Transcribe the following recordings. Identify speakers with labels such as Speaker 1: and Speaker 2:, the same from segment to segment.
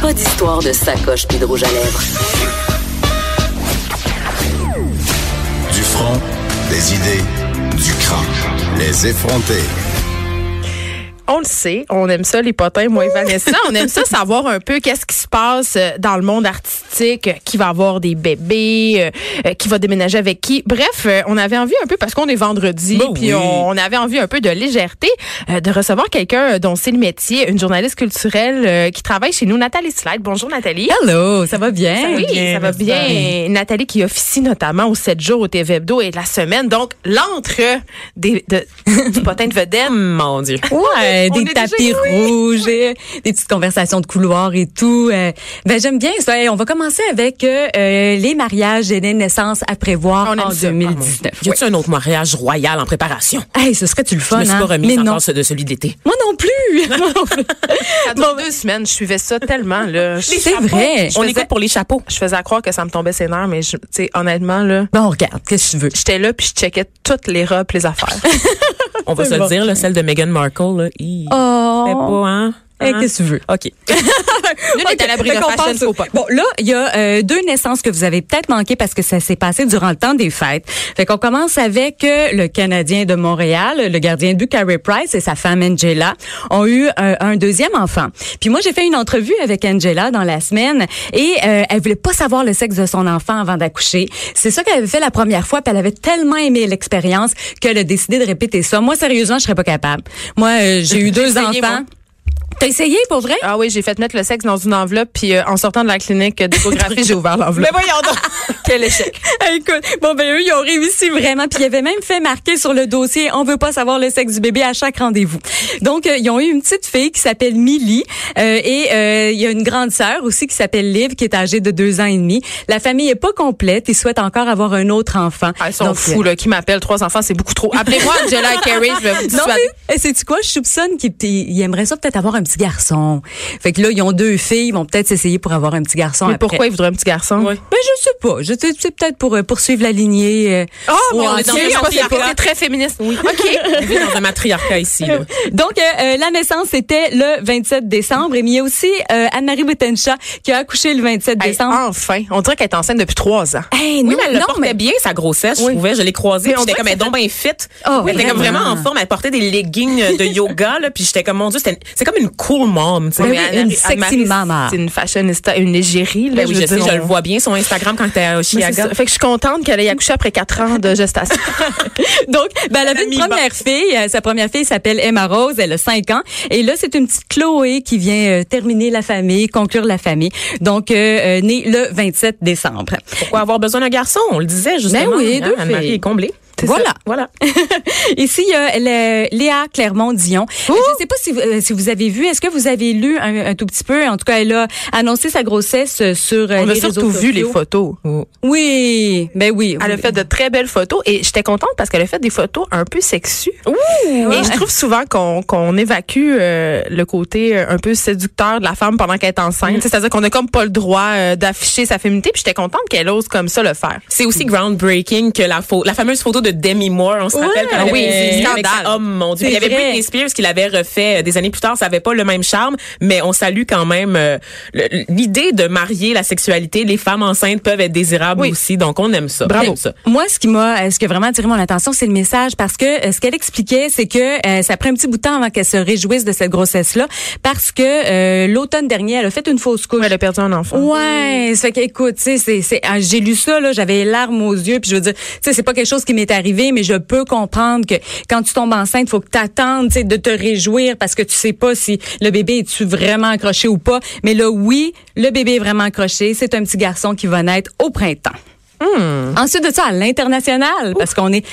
Speaker 1: Pas d'histoire de sacoche puis de rouge à lèvres.
Speaker 2: Du front, des idées, du crâne. Les effronter.
Speaker 3: On le sait, on aime ça les potins, moi et Vanessa. On aime ça savoir un peu qu'est-ce qui se passe euh, dans le monde artistique, euh, qui va avoir des bébés, euh, euh, qui va déménager avec qui. Bref, euh, on avait envie un peu, parce qu'on est vendredi,
Speaker 4: Ben
Speaker 3: puis
Speaker 4: oui.
Speaker 3: on, on avait envie un peu de légèreté, euh, de recevoir quelqu'un dont c'est le métier, une journaliste culturelle euh, qui travaille chez nous, Nathalie Slide. Bonjour Nathalie.
Speaker 4: Hello, Oh, ça va bien?
Speaker 3: Ça- oui, ça va
Speaker 4: merci.
Speaker 3: bien. Nathalie qui officie notamment aux 7 jours au TV Hebdo et de la semaine. Donc, l'entre des, de, du potin de vedette.
Speaker 4: Mon Dieu.
Speaker 3: est-
Speaker 4: Ouais,
Speaker 3: on est
Speaker 4: des
Speaker 3: déjà-
Speaker 4: tapis
Speaker 3: oui.
Speaker 4: rouges, et des petites conversations de couloir et tout. Euh, Ben j'aime bien ça. Et on va commencer avec euh, euh, les mariages et les naissances à prévoir
Speaker 3: On aime
Speaker 4: en
Speaker 3: ça.
Speaker 4: 2019.
Speaker 5: Y a-tu un autre mariage royal en préparation?
Speaker 4: Hey, ce serait-tu le
Speaker 5: Je
Speaker 4: fun,
Speaker 5: me suis
Speaker 4: hein?
Speaker 5: pas
Speaker 4: Mais
Speaker 5: remise
Speaker 4: non.
Speaker 5: encore ce- de celui de l'été.
Speaker 4: Moi non plus. Moi non plus.
Speaker 3: Ça dure Ah, deux semaines. Je suivais ça tellement, là. Je-
Speaker 4: C'est vrai.
Speaker 5: On
Speaker 3: faisais-
Speaker 5: écoute pour les chapeaux.
Speaker 3: Je faisais à croire que ça me tombait ses nerfs, mais je- tu sais, honnêtement, là,
Speaker 4: Bon, regarde, qu'est-ce que tu veux?
Speaker 3: j'étais là puis je checkais toutes les robes, les affaires.
Speaker 5: On va
Speaker 4: C'est
Speaker 5: se
Speaker 4: bon.
Speaker 5: le dire, là, celle de Meghan Markle. Là. hi. C'était
Speaker 4: Oh.
Speaker 5: pas, hein?
Speaker 4: Hey,
Speaker 5: Hein?
Speaker 4: qu'est-ce que tu veux?
Speaker 5: OK.
Speaker 3: Nous, on est à l'abri
Speaker 4: Fait
Speaker 3: de
Speaker 4: qu'on
Speaker 3: fashion
Speaker 4: passe au-
Speaker 3: faux pas.
Speaker 4: Bon, là, il y a euh, deux naissances que vous avez peut-être manquées parce que ça s'est passé durant le temps des fêtes. Fait qu'on commence avec euh, le Canadien de Montréal, le gardien de but Carey Price et sa femme Angela ont eu euh, un deuxième enfant. Puis moi, j'ai fait une entrevue avec Angela dans la semaine et euh, elle voulait pas savoir le sexe de son enfant avant d'accoucher. C'est ça qu'elle avait fait la première fois, puis elle avait tellement aimé l'expérience qu'elle a décidé de répéter ça. Moi, sérieusement, je serais pas capable. Moi, euh, j'ai eu deux
Speaker 3: essayé, moi.
Speaker 4: enfants. T'as essayé pour vrai?
Speaker 3: Ah oui, j'ai fait mettre le sexe dans une enveloppe puis euh, en sortant de la clinique d'échographie, j'ai ouvert l'enveloppe.
Speaker 4: voyons donc.
Speaker 3: Quel échec.
Speaker 4: Ah, Écoute, bon ben eux ils ont réussi vraiment, puis ils avaient même fait marquer sur le dossier on veut pas savoir le sexe du bébé à chaque rendez-vous. Donc euh, ils ont eu une petite fille qui s'appelle Millie euh, et euh, il y a une grande sœur aussi qui s'appelle Liv qui est âgée de deux ans et demi. La famille est pas complète, ils souhaitent encore avoir un autre enfant.
Speaker 3: Ah, ils sont
Speaker 4: Donc,
Speaker 3: fous, là. Qui m'appelle trois enfants, c'est beaucoup trop. Appelez-moi Angela et Carrie, je vais vous
Speaker 4: euh, non,
Speaker 3: dissuader.
Speaker 4: mais c'est tu quoi, je soupçonne qu'ils ils aimeraient ça peut-être avoir un petit garçon. Fait que là ils ont deux filles, ils vont peut-être s'essayer pour avoir un petit garçon
Speaker 3: Mais
Speaker 4: après.
Speaker 3: pourquoi il voudrait un petit garçon?
Speaker 4: Ben je sais pas, je sais c'est peut-être pour euh, poursuivre la lignée. euh,
Speaker 3: Ah, mais
Speaker 4: ou
Speaker 3: on
Speaker 4: en-
Speaker 3: est dans
Speaker 4: Ok,
Speaker 3: un
Speaker 4: on sait
Speaker 3: patriarcat.
Speaker 4: pas.
Speaker 3: C'est très féministe. Oui. OK.
Speaker 5: On vit dans un matriarcat ici. Là.
Speaker 4: Donc, euh, euh, la naissance, c'était le 27 décembre. Et mais il y a aussi euh, Anne-Marie Boutencha qui a accouché le 27
Speaker 3: Hey,
Speaker 4: décembre.
Speaker 3: enfin, on dirait qu'elle est enceinte depuis trois ans.
Speaker 4: Hey,
Speaker 5: Oui,
Speaker 4: non,
Speaker 5: mais elle le
Speaker 4: non,
Speaker 5: portait bien, sa grossesse,
Speaker 3: Oui.
Speaker 5: je trouvais. Je l'ai croisée.
Speaker 3: Mais
Speaker 5: puis
Speaker 3: on
Speaker 5: J'étais
Speaker 3: dirait
Speaker 5: comme,
Speaker 3: que
Speaker 5: elle est donc bien fit.
Speaker 4: Ah, oui,
Speaker 5: elle était comme
Speaker 4: vraiment.
Speaker 5: vraiment en forme. Elle portait des leggings euh, de yoga, là. Puis j'étais comme, mon Dieu, c'était- c'est comme une cool mom, tu sais.
Speaker 4: Ben oui,
Speaker 3: Mais
Speaker 4: une
Speaker 3: Anne-Marie-
Speaker 4: sexy
Speaker 3: Anne-Marie,
Speaker 4: maman.
Speaker 3: C'est une fashionista, une égérie. Là,
Speaker 5: Ben oui,
Speaker 3: veux
Speaker 5: je sais,
Speaker 3: dire,
Speaker 5: je
Speaker 3: on-
Speaker 5: le vois bien sur Instagram quand t'es à
Speaker 3: Mais c'est
Speaker 5: Oshiaga.
Speaker 3: ça. Fait que je suis contente qu'elle ait accouché après quatre ans de gestation.
Speaker 4: Donc, ben, elle avait une
Speaker 5: Ami-ban.
Speaker 4: première fille. Euh, sa première fille s'appelle Emma Rose. Elle a 5 ans. Et là, c'est une petite Chloé qui vient euh, terminer la famille, conclure la famille. Donc, euh, euh, née le 27 décembre.
Speaker 5: Pourquoi avoir besoin d'un garçon? On le disait, justement. Hein,
Speaker 4: Ben oui, deux
Speaker 5: Anne-Marie
Speaker 4: filles.
Speaker 5: est comblée.
Speaker 4: C'est Voilà. ça.
Speaker 5: Voilà.
Speaker 4: Ici, il y a le- Léa Clermont-Dion. Je ne sais pas si vous, euh, si vous avez vu, est-ce que vous avez lu un, un tout petit peu? En tout cas, elle a annoncé sa grossesse euh, sur euh,
Speaker 3: on a
Speaker 4: les réseaux
Speaker 3: surtout vu les
Speaker 4: sociaux.
Speaker 3: photos.
Speaker 4: Oui, ben oui.
Speaker 5: Ah,
Speaker 3: Elle a fait de très belles photos et j'étais contente parce qu'elle a fait des photos un peu sexues. Et je trouve souvent qu'on qu'on évacue euh, le côté euh, un peu séducteur de la femme pendant qu'elle est
Speaker 5: Mm.
Speaker 3: enceinte. C'est-à-dire qu'on n'a comme pas le droit euh, d'afficher sa féminité. Puis j'étais contente qu'elle ose comme ça le faire.
Speaker 5: C'est aussi groundbreaking que la, pho- la fameuse photo de Demi Moore. On se rappelle
Speaker 3: Ah
Speaker 5: quand
Speaker 3: oui, c'est scandale.
Speaker 5: Oh mon Dieu.
Speaker 4: C'est
Speaker 5: Il y avait
Speaker 4: vrai.
Speaker 5: Britney Spears qui l'avait refait euh, des années plus tard. Ça avait pas le même charme, mais on salue quand même euh, le- l'idée de marier la sexualité. Les femmes enceintes peuvent être désirables
Speaker 3: Oui.
Speaker 5: aussi, donc on aime ça. On
Speaker 3: Bravo.
Speaker 5: aime ça.
Speaker 4: Ben, Moi, ce qui m'a, euh, ce qui a vraiment attiré mon attention, c'est le message parce que euh, ce qu'elle expliquait, c'est que euh, ça prend un petit bout de temps avant qu'elle se réjouisse de cette grossesse-là, parce que euh, l'automne dernier, elle a fait une fausse couche.
Speaker 3: Elle a perdu un enfant.
Speaker 4: Ouais, ça fait qu'écoute, tu sais, c'est, c'est, ah, j'ai lu ça là, j'avais les larmes aux yeux, puis je veux dire, tu sais, c'est pas quelque chose qui m'est arrivé, mais je peux comprendre que quand tu tombes enceinte, faut que t'attendes, tu sais, de te réjouir parce que tu sais pas si le bébé est-tu vraiment accroché ou pas. Mais là, oui, le bébé est vraiment accroché. C'est un petit garçon qui va naître au printemps.
Speaker 3: Mm-hmm.
Speaker 4: Ensuite de ça, à l'international, parce qu'on est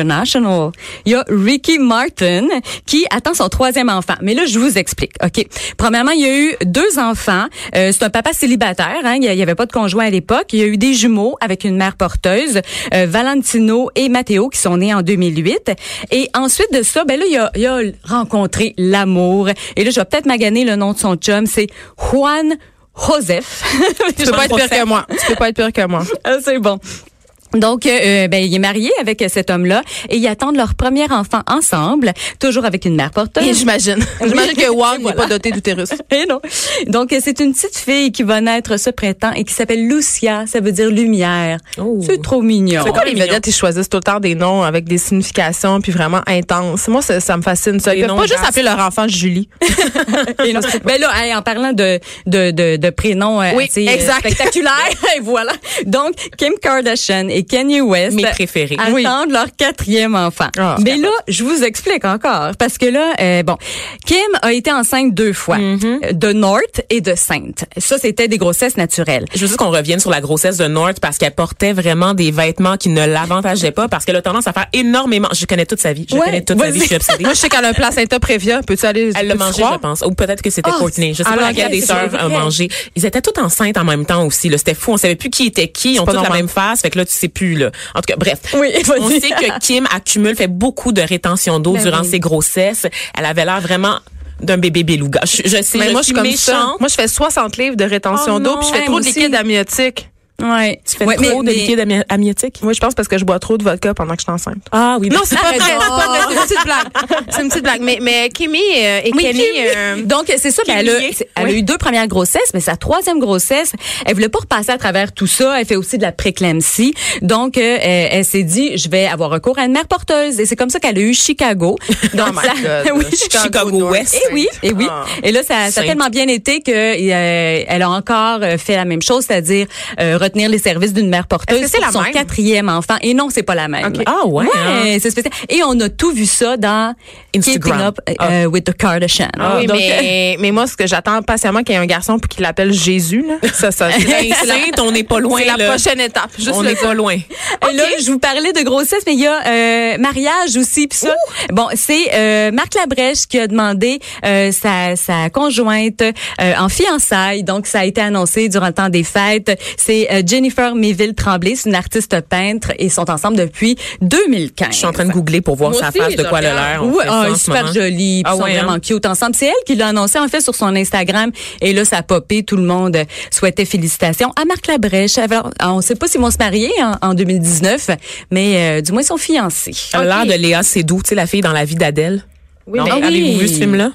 Speaker 4: international, il y a Ricky Martin qui attend son troisième enfant. Mais là, je vous explique. OK. Premièrement, il y a eu deux enfants. Euh, c'est un papa célibataire. Hein, il n'y avait pas de conjoint à l'époque. Il y a eu des jumeaux avec une mère porteuse, euh, Valentino et Matteo, qui sont nés en 2008. Et ensuite de ça, ben là, il a, il a rencontré l'amour. Et là, je vais peut-être maganer le nom de son chum. C'est Juan Joseph.
Speaker 3: Tu peux pas être pire que moi. Tu peux pas être pire que moi.
Speaker 4: Ah, c'est bon. Donc, euh, ben, il est marié avec cet homme-là et ils attendent leur premier enfant ensemble, toujours avec une mère
Speaker 3: Et
Speaker 4: porteuse.
Speaker 3: J'imagine. J'imagine que Wang n'est pas doté d'utérus.
Speaker 4: Et non. Donc, euh, c'est une petite fille qui va naître ce printemps et qui s'appelle Lucia, ça veut dire lumière.
Speaker 5: Oh.
Speaker 4: C'est trop mignon.
Speaker 3: Pourquoi les
Speaker 5: mignon.
Speaker 3: vedettes, ils choisissent tout le temps des noms euh, avec des significations puis vraiment intenses? Moi, ça, ça me fascine. Ça.
Speaker 5: Des
Speaker 3: Ils peuvent
Speaker 5: noms
Speaker 3: pas juste
Speaker 5: racistes.
Speaker 3: appeler leur enfant Julie.
Speaker 4: Et non. Ben là, hey, en parlant de de de, de prénoms euh,
Speaker 3: Oui,
Speaker 4: assez, euh,
Speaker 3: exact.
Speaker 4: spectaculaires, et voilà. Donc, Kim Kardashian et Kanye West,
Speaker 5: Mes préférés.
Speaker 4: attendent
Speaker 3: Oui.
Speaker 4: leur quatrième enfant.
Speaker 3: Ah.
Speaker 4: Mais là, je vous explique encore parce que là, euh, bon, Kim a été enceinte deux fois, euh, de North et de Sainte. Ça, c'était des grossesses naturelles.
Speaker 5: Je veux juste qu'on revienne sur la grossesse de North parce qu'elle portait vraiment des vêtements qui ne l'avantageaient pas parce qu'elle a tendance à faire énormément. Je connais toute sa vie. Je
Speaker 4: Ouais,
Speaker 5: connais toute sa vie.
Speaker 4: vas-y.
Speaker 5: Je suis obsédée.
Speaker 3: Moi, je sais qu'elle a un placenta prévia. Peux-tu aller
Speaker 5: Elle l'a
Speaker 3: peux-tu
Speaker 5: mangé,
Speaker 3: croire?
Speaker 5: je pense. Ou peut-être que c'était
Speaker 4: Ah,
Speaker 5: Courtney. Je sais
Speaker 4: ah,
Speaker 5: pas
Speaker 4: non,
Speaker 5: laquelle
Speaker 4: ok,
Speaker 5: des
Speaker 4: c'est
Speaker 5: sœurs
Speaker 4: vrai.
Speaker 5: a mangé. Ils étaient toutes enceintes en même temps aussi. là. C'était fou. On savait plus qui était qui. Ils ont
Speaker 3: pas
Speaker 5: toutes la
Speaker 3: normal.
Speaker 5: même face. Fait que là, tu sais plus. Là. En tout cas, bref.
Speaker 4: Oui,
Speaker 5: On
Speaker 4: vas-y.
Speaker 5: sait que Kim accumule, fait beaucoup de rétention d'eau
Speaker 4: Ben
Speaker 5: durant
Speaker 4: oui.
Speaker 5: ses grossesses. Elle avait l'air vraiment d'un bébé beluga. Je, je sais,
Speaker 3: Mais
Speaker 5: je
Speaker 3: moi, je
Speaker 5: suis
Speaker 3: suis comme ça.
Speaker 5: méchante.
Speaker 3: Moi, je fais 60 livres de rétention
Speaker 5: Oh
Speaker 3: d'eau
Speaker 5: non.
Speaker 3: puis je fais
Speaker 4: Hey,
Speaker 3: trop
Speaker 4: moi
Speaker 3: de
Speaker 4: aussi.
Speaker 3: liquide amniotique.
Speaker 4: Ouais.
Speaker 5: tu fais
Speaker 4: Ouais,
Speaker 5: trop
Speaker 4: mais-
Speaker 5: de
Speaker 4: mais-
Speaker 5: liquide ami- amniotique.
Speaker 3: Moi, je pense parce que je bois trop de vodka pendant que je suis enceinte.
Speaker 5: Ah oui.
Speaker 3: Non, c'est pas vrai. C'est pas vrai. C'est une petite blague. C'est une petite blague. Mais, mais Kimi euh, et
Speaker 4: Oui,
Speaker 3: Kenny,
Speaker 4: Kimi.
Speaker 3: euh,
Speaker 4: Donc, c'est ça, ben, elle, a,
Speaker 5: Kimmy.
Speaker 4: c'est- elle a eu deux premières grossesses, mais sa troisième grossesse, elle voulait pas repasser à travers tout ça. Elle fait aussi de la préclampsie. Donc, euh, elle, elle s'est dit, je vais avoir recours à une mère porteuse. Et c'est comme ça qu'elle a eu Chicago. Donc,
Speaker 3: Oh my God.
Speaker 4: oui,
Speaker 5: Chicago, West.
Speaker 4: Et Eh oui, et oui.
Speaker 3: Ah.
Speaker 4: Et là, ça, ça a
Speaker 5: Sainte.
Speaker 4: tellement bien été que euh, elle a encore euh, fait la même chose, c'est-à-dire euh, retenir les services d'une mère porteuse
Speaker 3: Est-ce que c'est
Speaker 4: pour
Speaker 3: la
Speaker 4: son
Speaker 3: même?
Speaker 4: quatrième enfant. Et non, c'est pas la même.
Speaker 3: Ok.
Speaker 5: Ah ouais, hein?
Speaker 4: c'est spécial. Et on a tout vu ça dans
Speaker 5: Instagram.
Speaker 4: Keeping Up euh,
Speaker 5: Ah.
Speaker 4: with the Kardashians.
Speaker 3: Ah oui,
Speaker 4: Donc,
Speaker 3: mais, mais moi, ce que j'attends patiemment qu'il y ait un garçon puis qu'il l'appelle Jésus, là. Ça, ça, c'est la- c'est la,
Speaker 5: Enceinte, on n'est pas loin.
Speaker 3: c'est la
Speaker 5: là.
Speaker 3: prochaine étape. Juste
Speaker 5: on
Speaker 3: le
Speaker 5: n'est pas loin.
Speaker 4: Et euh, Là, je vous parlais de grossesse, mais il y a euh, mariage aussi. Puis ça, bon, c'est euh, Marc Labrèche qui a demandé euh, sa, sa conjointe euh, en fiançailles. Donc, ça a été annoncé durant le temps des fêtes. C'est euh, Jennifer Méville Tremblay, c'est une artiste peintre et ils sont ensemble depuis 2015.
Speaker 5: Je suis en train de googler pour voir
Speaker 3: Moi
Speaker 5: sa
Speaker 3: aussi,
Speaker 5: face, de
Speaker 3: je
Speaker 5: quoi elle a
Speaker 3: regarde.
Speaker 5: l'air. On
Speaker 4: Ouais,
Speaker 5: fait ça
Speaker 4: ah,
Speaker 5: en ce
Speaker 4: super
Speaker 5: moment.
Speaker 4: jolie,
Speaker 5: Ah
Speaker 4: ils sont
Speaker 5: ouais, hein?
Speaker 4: vraiment cute ensemble. C'est elle qui l'a annoncé en fait sur son Instagram et là ça a popé, tout le monde souhaitait félicitations à Marc Labrèche. Alors, on sait pas s'ils vont se marier en, en 2019, mais euh, du moins ils sont fiancés.
Speaker 5: Elle a l'air de Léa Seydoux, tu sais, la fille dans la vie d'Adèle. Oui,
Speaker 4: mais- Ah oui.
Speaker 5: Avez-vous vu ce film-là?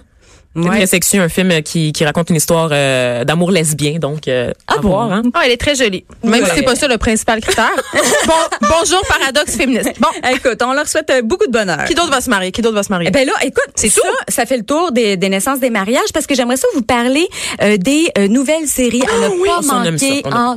Speaker 5: C'est
Speaker 4: Ouais.
Speaker 5: Très sexu, un film euh, qui, qui raconte une histoire euh, d'amour lesbien, donc euh, à
Speaker 4: bon?
Speaker 5: voir. Hein?
Speaker 3: Ah, elle est très jolie. Même
Speaker 5: Oui.
Speaker 3: si c'est pas ça le principal critère. bon, bonjour, paradoxe féministe. Bon,
Speaker 4: Écoute, on leur souhaite euh, beaucoup de bonheur.
Speaker 3: qui d'autre va se marier? Qui d'autre va se marier?
Speaker 4: Eh ben là, écoute, c'est ça, ça fait le tour des, des naissances, des mariages, parce que j'aimerais ça vous parler euh, des euh, nouvelles séries à ne
Speaker 5: Ah oui.
Speaker 4: pas
Speaker 5: Ça, on aime ça,
Speaker 4: manquer
Speaker 5: on aime.
Speaker 4: en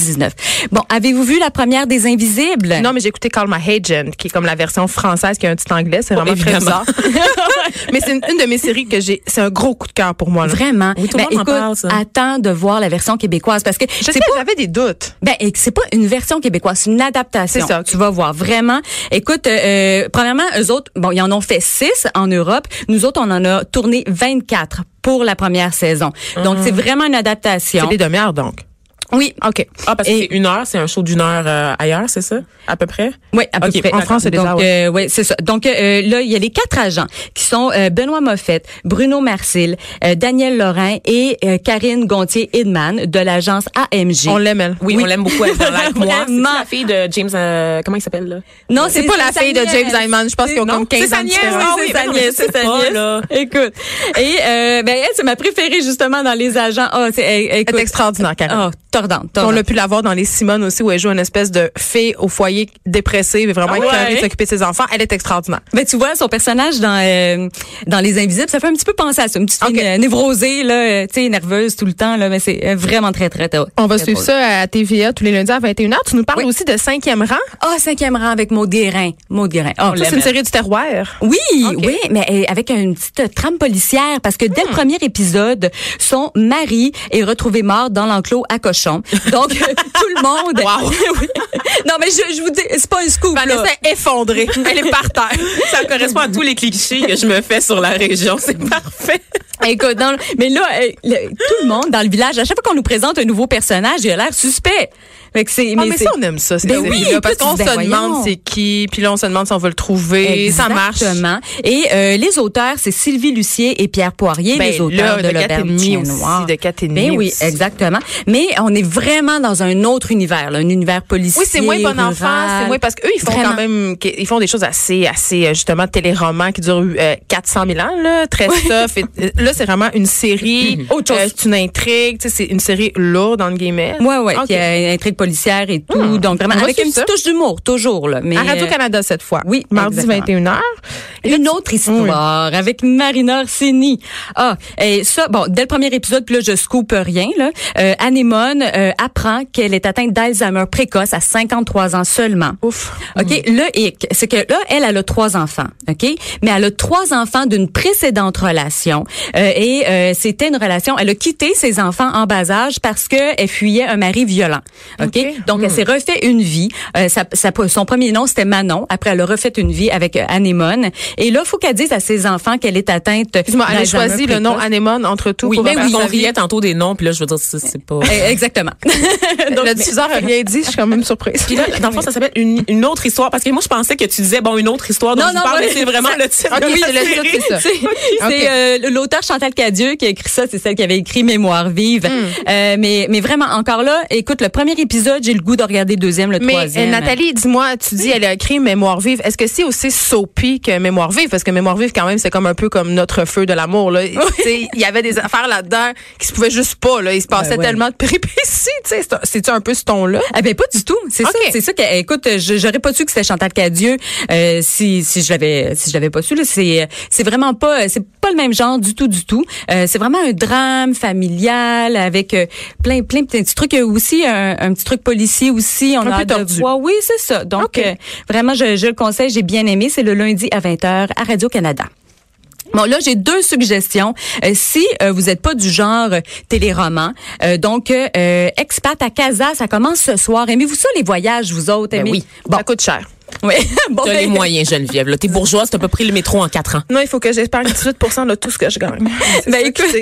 Speaker 4: 2019. Bon, avez-vous vu la première des Invisibles?
Speaker 3: non, mais j'ai écouté Call My Agent, qui est comme la version française qui a un petit anglais. C'est
Speaker 5: Oh,
Speaker 3: vraiment très
Speaker 5: évidemment.
Speaker 3: bizarre. mais c'est une, une de mes séries que j'ai. C'est un gros coup de cœur pour moi. là.
Speaker 4: Vraiment. Ben,
Speaker 5: Oui, tout le monde en
Speaker 4: écoute,
Speaker 5: parle, ça.
Speaker 4: attends de voir la version québécoise parce que
Speaker 3: Je sais,
Speaker 4: c'est pas
Speaker 3: j'avais des doutes.
Speaker 4: ben et que c'est pas une version québécoise, c'est une adaptation.
Speaker 3: C'est ça, ok.
Speaker 4: Tu vas voir vraiment. Écoute, euh, euh, premièrement, eux autres, bon, ils en ont fait six en Europe. Nous autres, on en a tourné 24 pour la première saison. Donc c'est vraiment une adaptation.
Speaker 3: C'est des demi-heures, donc.
Speaker 4: Oui, ok.
Speaker 5: Ah, parce que
Speaker 4: Et-
Speaker 5: c'est une heure, c'est un show d'une heure euh, ailleurs, c'est ça? À peu près?
Speaker 4: Oui, à peu
Speaker 5: Ok,
Speaker 4: près.
Speaker 5: en France, c'est des
Speaker 4: Donc,
Speaker 5: arts,
Speaker 4: euh, ouais, c'est ça. Donc euh, là, il y a les quatre agents qui sont euh, Benoît Moffett, Bruno Marcil, euh, Daniel Lorrain et euh, Karine Gontier-Hidman de l'agence AMG.
Speaker 3: On l'aime, elle.
Speaker 5: Oui, on l'aime beaucoup. Elle est dans la moi. C'est
Speaker 4: Vraiment.
Speaker 5: la fille de James, euh, comment il s'appelle, là?
Speaker 4: Non,
Speaker 3: C'est pas la fille de James Diamond. Je pense qu'ils ont
Speaker 5: Non,
Speaker 3: comme
Speaker 5: c'est
Speaker 3: 15
Speaker 5: sa
Speaker 3: ans de
Speaker 5: nièce,
Speaker 3: différence.
Speaker 5: Ah
Speaker 4: Ah
Speaker 5: oui,
Speaker 4: oui, c'est
Speaker 5: ben
Speaker 4: sa
Speaker 5: non,
Speaker 4: nièce,
Speaker 5: mais
Speaker 4: c'est
Speaker 5: c'est
Speaker 4: sa
Speaker 5: pas,
Speaker 4: nièce.
Speaker 5: là.
Speaker 4: Écoute, et euh, ben elle, c'est ma préférée justement dans les agents. Oh, c'est elle- elle-
Speaker 3: Elle
Speaker 4: écoute.
Speaker 3: est extraordinaire, Karine.
Speaker 4: Oh, tordante,
Speaker 3: On l'a
Speaker 4: tordante.
Speaker 3: pu la voir dans les Simone aussi, où elle joue une espèce de fée au foyer dépressive et vraiment
Speaker 5: Ah
Speaker 3: qui
Speaker 5: ouais?
Speaker 3: de s'occuper de ses enfants. Elle est extraordinaire.
Speaker 4: Ben tu vois son personnage dans euh, dans Les Invisibles, ça fait un petit peu penser à ça, une petite fille
Speaker 3: Ok.
Speaker 4: euh, névrosée là, euh, tu sais nerveuse tout le temps là, mais c'est euh, vraiment très très très.
Speaker 3: On va
Speaker 4: très
Speaker 3: suivre
Speaker 4: drôle.
Speaker 3: ça à TVA tous les lundis à 21h. Tu nous parles
Speaker 4: Oui.
Speaker 3: aussi de cinquième rang.
Speaker 4: Ah, cinquième rang avec Maud Guérin. Maud Guérin. Ah,
Speaker 3: Ça,
Speaker 4: ça,
Speaker 3: c'est une série du terroir.
Speaker 4: Oui, oui, mais euh, avec une petite euh, trame policière parce que dès
Speaker 3: Hmm.
Speaker 4: le premier épisode, son mari est retrouvé mort dans l'enclos à cochon. Donc tout tout le monde. Oui. Non, mais je, je vous dis, c'est pas un scoop. là.
Speaker 3: Vanessa est effondrée. Elle est par terre.
Speaker 5: Ça correspond à tous les clichés que je me fais sur la région. C'est parfait.
Speaker 4: Écoute, dans le- mais là, euh, le- tout le monde dans le village, à chaque fois qu'on nous présente un nouveau personnage, il a l'air suspect. Fait que c'est,
Speaker 3: Ah, mais
Speaker 4: c'est-
Speaker 3: ça, on aime ça, ces
Speaker 4: Ben oui,
Speaker 3: séries-là, parce
Speaker 4: puis
Speaker 3: qu'on
Speaker 4: tu dis,
Speaker 3: se
Speaker 4: ben
Speaker 3: demande
Speaker 4: voyons.
Speaker 3: c'est qui, puis là, on se demande si on va le trouver. Ça marche.
Speaker 4: Exactement. Et euh, les auteurs, c'est Sylvie Lucier et Pierre Poirier,
Speaker 3: Ben,
Speaker 4: les auteurs
Speaker 3: là,
Speaker 4: de,
Speaker 3: de quatre et
Speaker 4: l'Auberge
Speaker 3: demi
Speaker 4: du Chien
Speaker 3: aussi,
Speaker 4: Noir.
Speaker 3: de quatre et demi
Speaker 4: Ben oui,
Speaker 3: aussi.
Speaker 4: exactement. Mais on est vraiment dans un autre univers, là, un univers policier.
Speaker 3: Oui, c'est moins bon
Speaker 4: rural.
Speaker 3: enfant, c'est moins parce qu'eux, ils font
Speaker 4: Vraiment.
Speaker 3: quand même, qu- ils font des choses assez, assez euh, justement téléromans qui durent euh, 400 000 ans là, très tough. Et, euh, là, c'est vraiment une série,
Speaker 4: Autre chose.
Speaker 3: euh, c'est une intrigue, tu sais, c'est une série lourde dans le guillemets.
Speaker 4: Ouais, ouais.
Speaker 3: Ok. Hmm.
Speaker 4: Il y a une intrigue policière et tout. Donc vraiment,
Speaker 3: On va
Speaker 4: avec
Speaker 3: suivre
Speaker 4: une petite
Speaker 3: ça.
Speaker 4: touche d'humour, toujours, là. Mais,
Speaker 3: À Radio Canada cette fois.
Speaker 4: Oui,
Speaker 3: mardi
Speaker 4: exactement.
Speaker 3: 21h.
Speaker 4: Une autre histoire avec Marina Orsini. Ah, et ça, bon, dès le premier épisode, puis là, je scoop rien, là. Euh, Anémone euh, apprend qu'elle est atteinte d'Alzheimer précoce à 53 ans seulement.
Speaker 3: Ouf. Hmm.
Speaker 4: OK, le hic, c'est que là, elle, elle a trois enfants, OK? Mais elle a trois enfants d'une précédente relation. Euh, et euh, c'était une relation, elle a quitté ses enfants en bas âge parce que elle fuyait un mari violent, OK?
Speaker 3: OK. Hmm.
Speaker 4: Donc, elle s'est refait une vie. Euh, sa- sa- son premier nom, c'était Manon. Après, elle a refait une vie avec euh, Anémone. Et là, faut qu'elle dise à ses enfants qu'elle est atteinte...
Speaker 3: Excuse-moi, elle a
Speaker 4: d'Alzheimer
Speaker 3: choisi le nom
Speaker 4: précoce.
Speaker 3: Anémone entre tout
Speaker 5: Oui,
Speaker 3: pour
Speaker 5: ben
Speaker 3: avoir
Speaker 5: oui,
Speaker 3: sa
Speaker 5: on
Speaker 3: vie.
Speaker 5: riait tantôt des noms, puis là, je veux dire, c'est c'est pas...
Speaker 4: Eh, Exactement.
Speaker 3: Le diffuseur a rien dit, je suis quand même surprise.
Speaker 5: Puis là, dans le fond, ça s'appelle une, une autre histoire. Parce que moi, je pensais que tu disais, bon, une autre histoire dont
Speaker 4: Non,
Speaker 5: je
Speaker 4: non,
Speaker 5: parle,
Speaker 4: ouais.
Speaker 5: mais c'est vraiment le titre.
Speaker 3: Ok,
Speaker 5: de la
Speaker 3: c'est le titre,
Speaker 5: série.
Speaker 3: c'est ça.
Speaker 4: C'est c'est, euh, l'auteur Chantal Cadieux qui a écrit ça, c'est celle qui avait écrit Mémoire vive.
Speaker 3: Hmm.
Speaker 4: Euh, mais, mais vraiment, encore là, écoute, le premier épisode, j'ai le goût de regarder le deuxième, le
Speaker 3: Mais
Speaker 4: troisième.
Speaker 3: euh, Nathalie, dis-moi, tu dis elle a écrit Mémoire vive. Est-ce que c'est aussi soapy que Mémoire vive parce que Mémoire vive quand même c'est comme un peu comme notre feu de l'amour là. Tu sais, Il y avait des affaires là-dedans qui se pouvaient juste pas là. Il se passait
Speaker 4: ouais.
Speaker 3: tellement de péripéties. tu sais. C'est- C'est-tu un peu ce ton là?
Speaker 4: Ah ben pas du tout, c'est
Speaker 3: Ok.
Speaker 4: ça, c'est ça que écoute, je- j'aurais pas su que c'était Chantal Cadieux euh, si si je l'avais si je l'avais pas su là, c'est c'est vraiment pas c'est pas le même genre du tout du tout. Euh, c'est vraiment un drame familial avec euh, plein plein de petits trucs Il y a aussi un, un petit truc policier aussi, on
Speaker 3: peu
Speaker 4: a hâte de
Speaker 3: tordu.
Speaker 4: voir. Oui, c'est ça. Donc
Speaker 3: Ok.
Speaker 4: euh, vraiment je, je le conseille, j'ai bien aimé, c'est le lundi à 20h à Radio Canada. Bon, là, j'ai deux suggestions. Euh, si euh, vous n'êtes pas du genre euh, téléroman, euh, donc euh, Expat à Casa, ça commence ce soir. Aimez-vous ça, les voyages, vous autres? Aimez?
Speaker 5: Ben oui.
Speaker 4: Bon,
Speaker 3: Ça coûte cher.
Speaker 4: oui. bon,
Speaker 5: T'as
Speaker 4: ben,
Speaker 5: les moyens, Geneviève. là. T'es bourgeoise, t'as à peu près le métro en quatre ans.
Speaker 3: Non, il faut que j'épargne 18 de tout ce que je gagne.
Speaker 4: Ben,
Speaker 3: Ben écoute,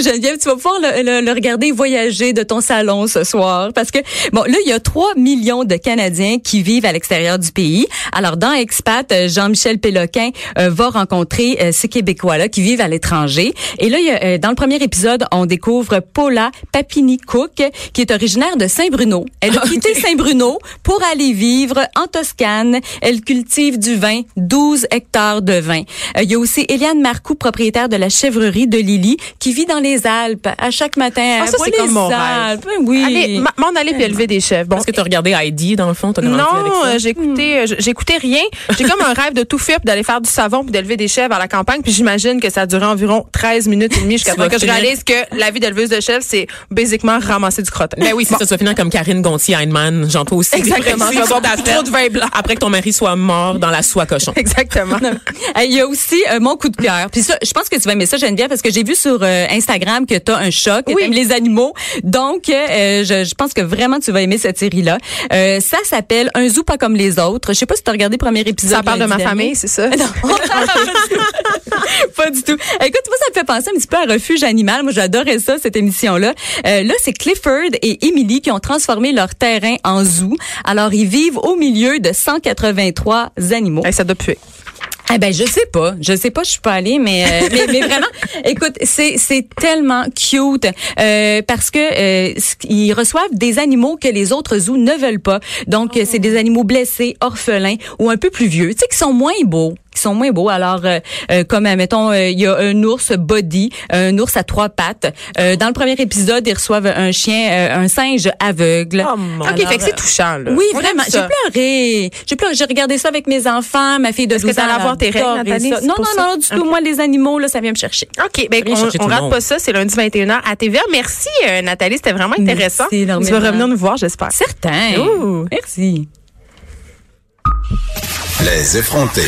Speaker 4: Geneviève, tu vas pouvoir le, le- le regarder voyager de ton salon ce soir. Parce que, bon, là, il y a 3 millions de Canadiens qui vivent à l'extérieur du pays. Alors, dans Expat, euh, Jean-Michel Péloquin euh, va rencontrer euh, ces Québécois-là qui vivent à l'étranger. Et là, il y a, euh, dans le premier épisode, on découvre Paula Papini-Cook, qui est originaire de Saint-Bruno. Elle a quitté Saint-Bruno pour aller vivre en Toscane. Elle cultive du vin, 12 hectares de vin. Euh, il y a aussi Eliane Marcoux, propriétaire de la chèvrerie de Lily, qui vit dans les Alpes. À chaque matin,
Speaker 3: Ah,
Speaker 4: elle
Speaker 3: ça,
Speaker 4: voit
Speaker 3: c'est
Speaker 4: les
Speaker 3: comme mon
Speaker 4: Alpes. Oui.
Speaker 3: allez, ma- m'en aller puis élever des chefs. Bon,
Speaker 5: Est-ce que t'as regardé Heidi, dans le fond? T'as grandi avec
Speaker 3: Non,
Speaker 5: ça?
Speaker 3: euh, j'écoutais, euh, j- j'écoutais rien. J'ai comme un rêve de tout faire, puis d'aller faire du savon, puis d'élever des chèvres à la campagne. Puis j'imagine que ça durait environ 13 minutes et demie jusqu'à
Speaker 5: vas
Speaker 3: temps que je
Speaker 5: finir.
Speaker 3: réalise que la vie d'éleveuse de chèvres, c'est basiquement ramasser du crottin.
Speaker 5: Ben oui, si ça, tu vas finir comme Karine Gontier Heinemann, genre toi aussi.
Speaker 3: Exactement,
Speaker 5: Si
Speaker 3: tu vas
Speaker 5: tu
Speaker 3: boire
Speaker 5: t'appelles
Speaker 3: beaucoup trop de vin blanc.
Speaker 5: Après que ton mari soit mort dans la soie cochon.
Speaker 3: Exactement.
Speaker 4: Euh, Il y a aussi euh, mon coup de cœur. Puis ça, je pense que tu vas aimer ça, Geneviève, parce que j'ai vu sur euh, Instagram que tu as un choc, que
Speaker 3: Oui.
Speaker 4: t'aimes les animaux. Donc, euh, je, je pense que vraiment tu vas aimer cette série-là. Euh, ça s'appelle Un zoo pas comme les autres. Je sais pas si tu as regardé le premier épisode.
Speaker 3: Ça parle de
Speaker 4: lundi
Speaker 3: ma
Speaker 4: dernier.
Speaker 3: famille, c'est ça?
Speaker 4: Non, pas du tout. Écoute, moi, ça me fait penser un petit peu à Refuge Animal. Moi, j'adorais ça, cette émission-là. Euh, là, c'est Clifford et Emily qui ont transformé leur terrain en zoo. Alors, ils vivent au milieu de 183 animaux.
Speaker 3: Hey, ça doit puer.
Speaker 4: Eh ben je sais pas, je sais pas, je suis pas allée, mais euh, mais, mais vraiment, écoute, c'est c'est tellement cute euh, parce que euh, ce qu- ils reçoivent des animaux que les autres zoos ne veulent pas. Donc euh, c'est
Speaker 5: Oh.
Speaker 4: des animaux blessés, orphelins ou un peu plus vieux, tu sais, qui sont moins beaux, qui sont moins beaux. Alors euh, euh, comme euh, mettons, euh, il y a un ours body, un ours à trois pattes. Euh, dans le premier épisode, ils reçoivent un chien, euh, un singe aveugle.
Speaker 5: Oh, mon
Speaker 3: OK, fait que c'est touchant, là.
Speaker 4: Oui,
Speaker 3: On aime
Speaker 4: vraiment. J'ai
Speaker 3: ça.
Speaker 4: pleuré. J'ai pleuré. J'ai regardé ça avec mes enfants, ma fille de 12
Speaker 3: Est-ce
Speaker 4: ans.
Speaker 3: que t'allais
Speaker 4: elle
Speaker 3: avoir tes règles,
Speaker 4: adorait
Speaker 3: Nathalie?
Speaker 4: ça.
Speaker 3: C'est
Speaker 4: Non,
Speaker 3: pour
Speaker 4: non,
Speaker 3: ça?
Speaker 4: non, du tout. Moi, les animaux, là, ça vient me chercher.
Speaker 3: OK, ben,
Speaker 5: Rien
Speaker 3: on,
Speaker 5: chercher
Speaker 3: on
Speaker 5: tout le
Speaker 3: rate
Speaker 5: monde.
Speaker 3: pas ça. C'est lundi 21h à TVA. Merci, euh, Nathalie. C'était vraiment intéressant.
Speaker 4: énormément.
Speaker 3: tu vas revenir nous voir, j'espère.
Speaker 4: Certain.
Speaker 3: Ouh.
Speaker 4: Merci.
Speaker 2: Les effronter.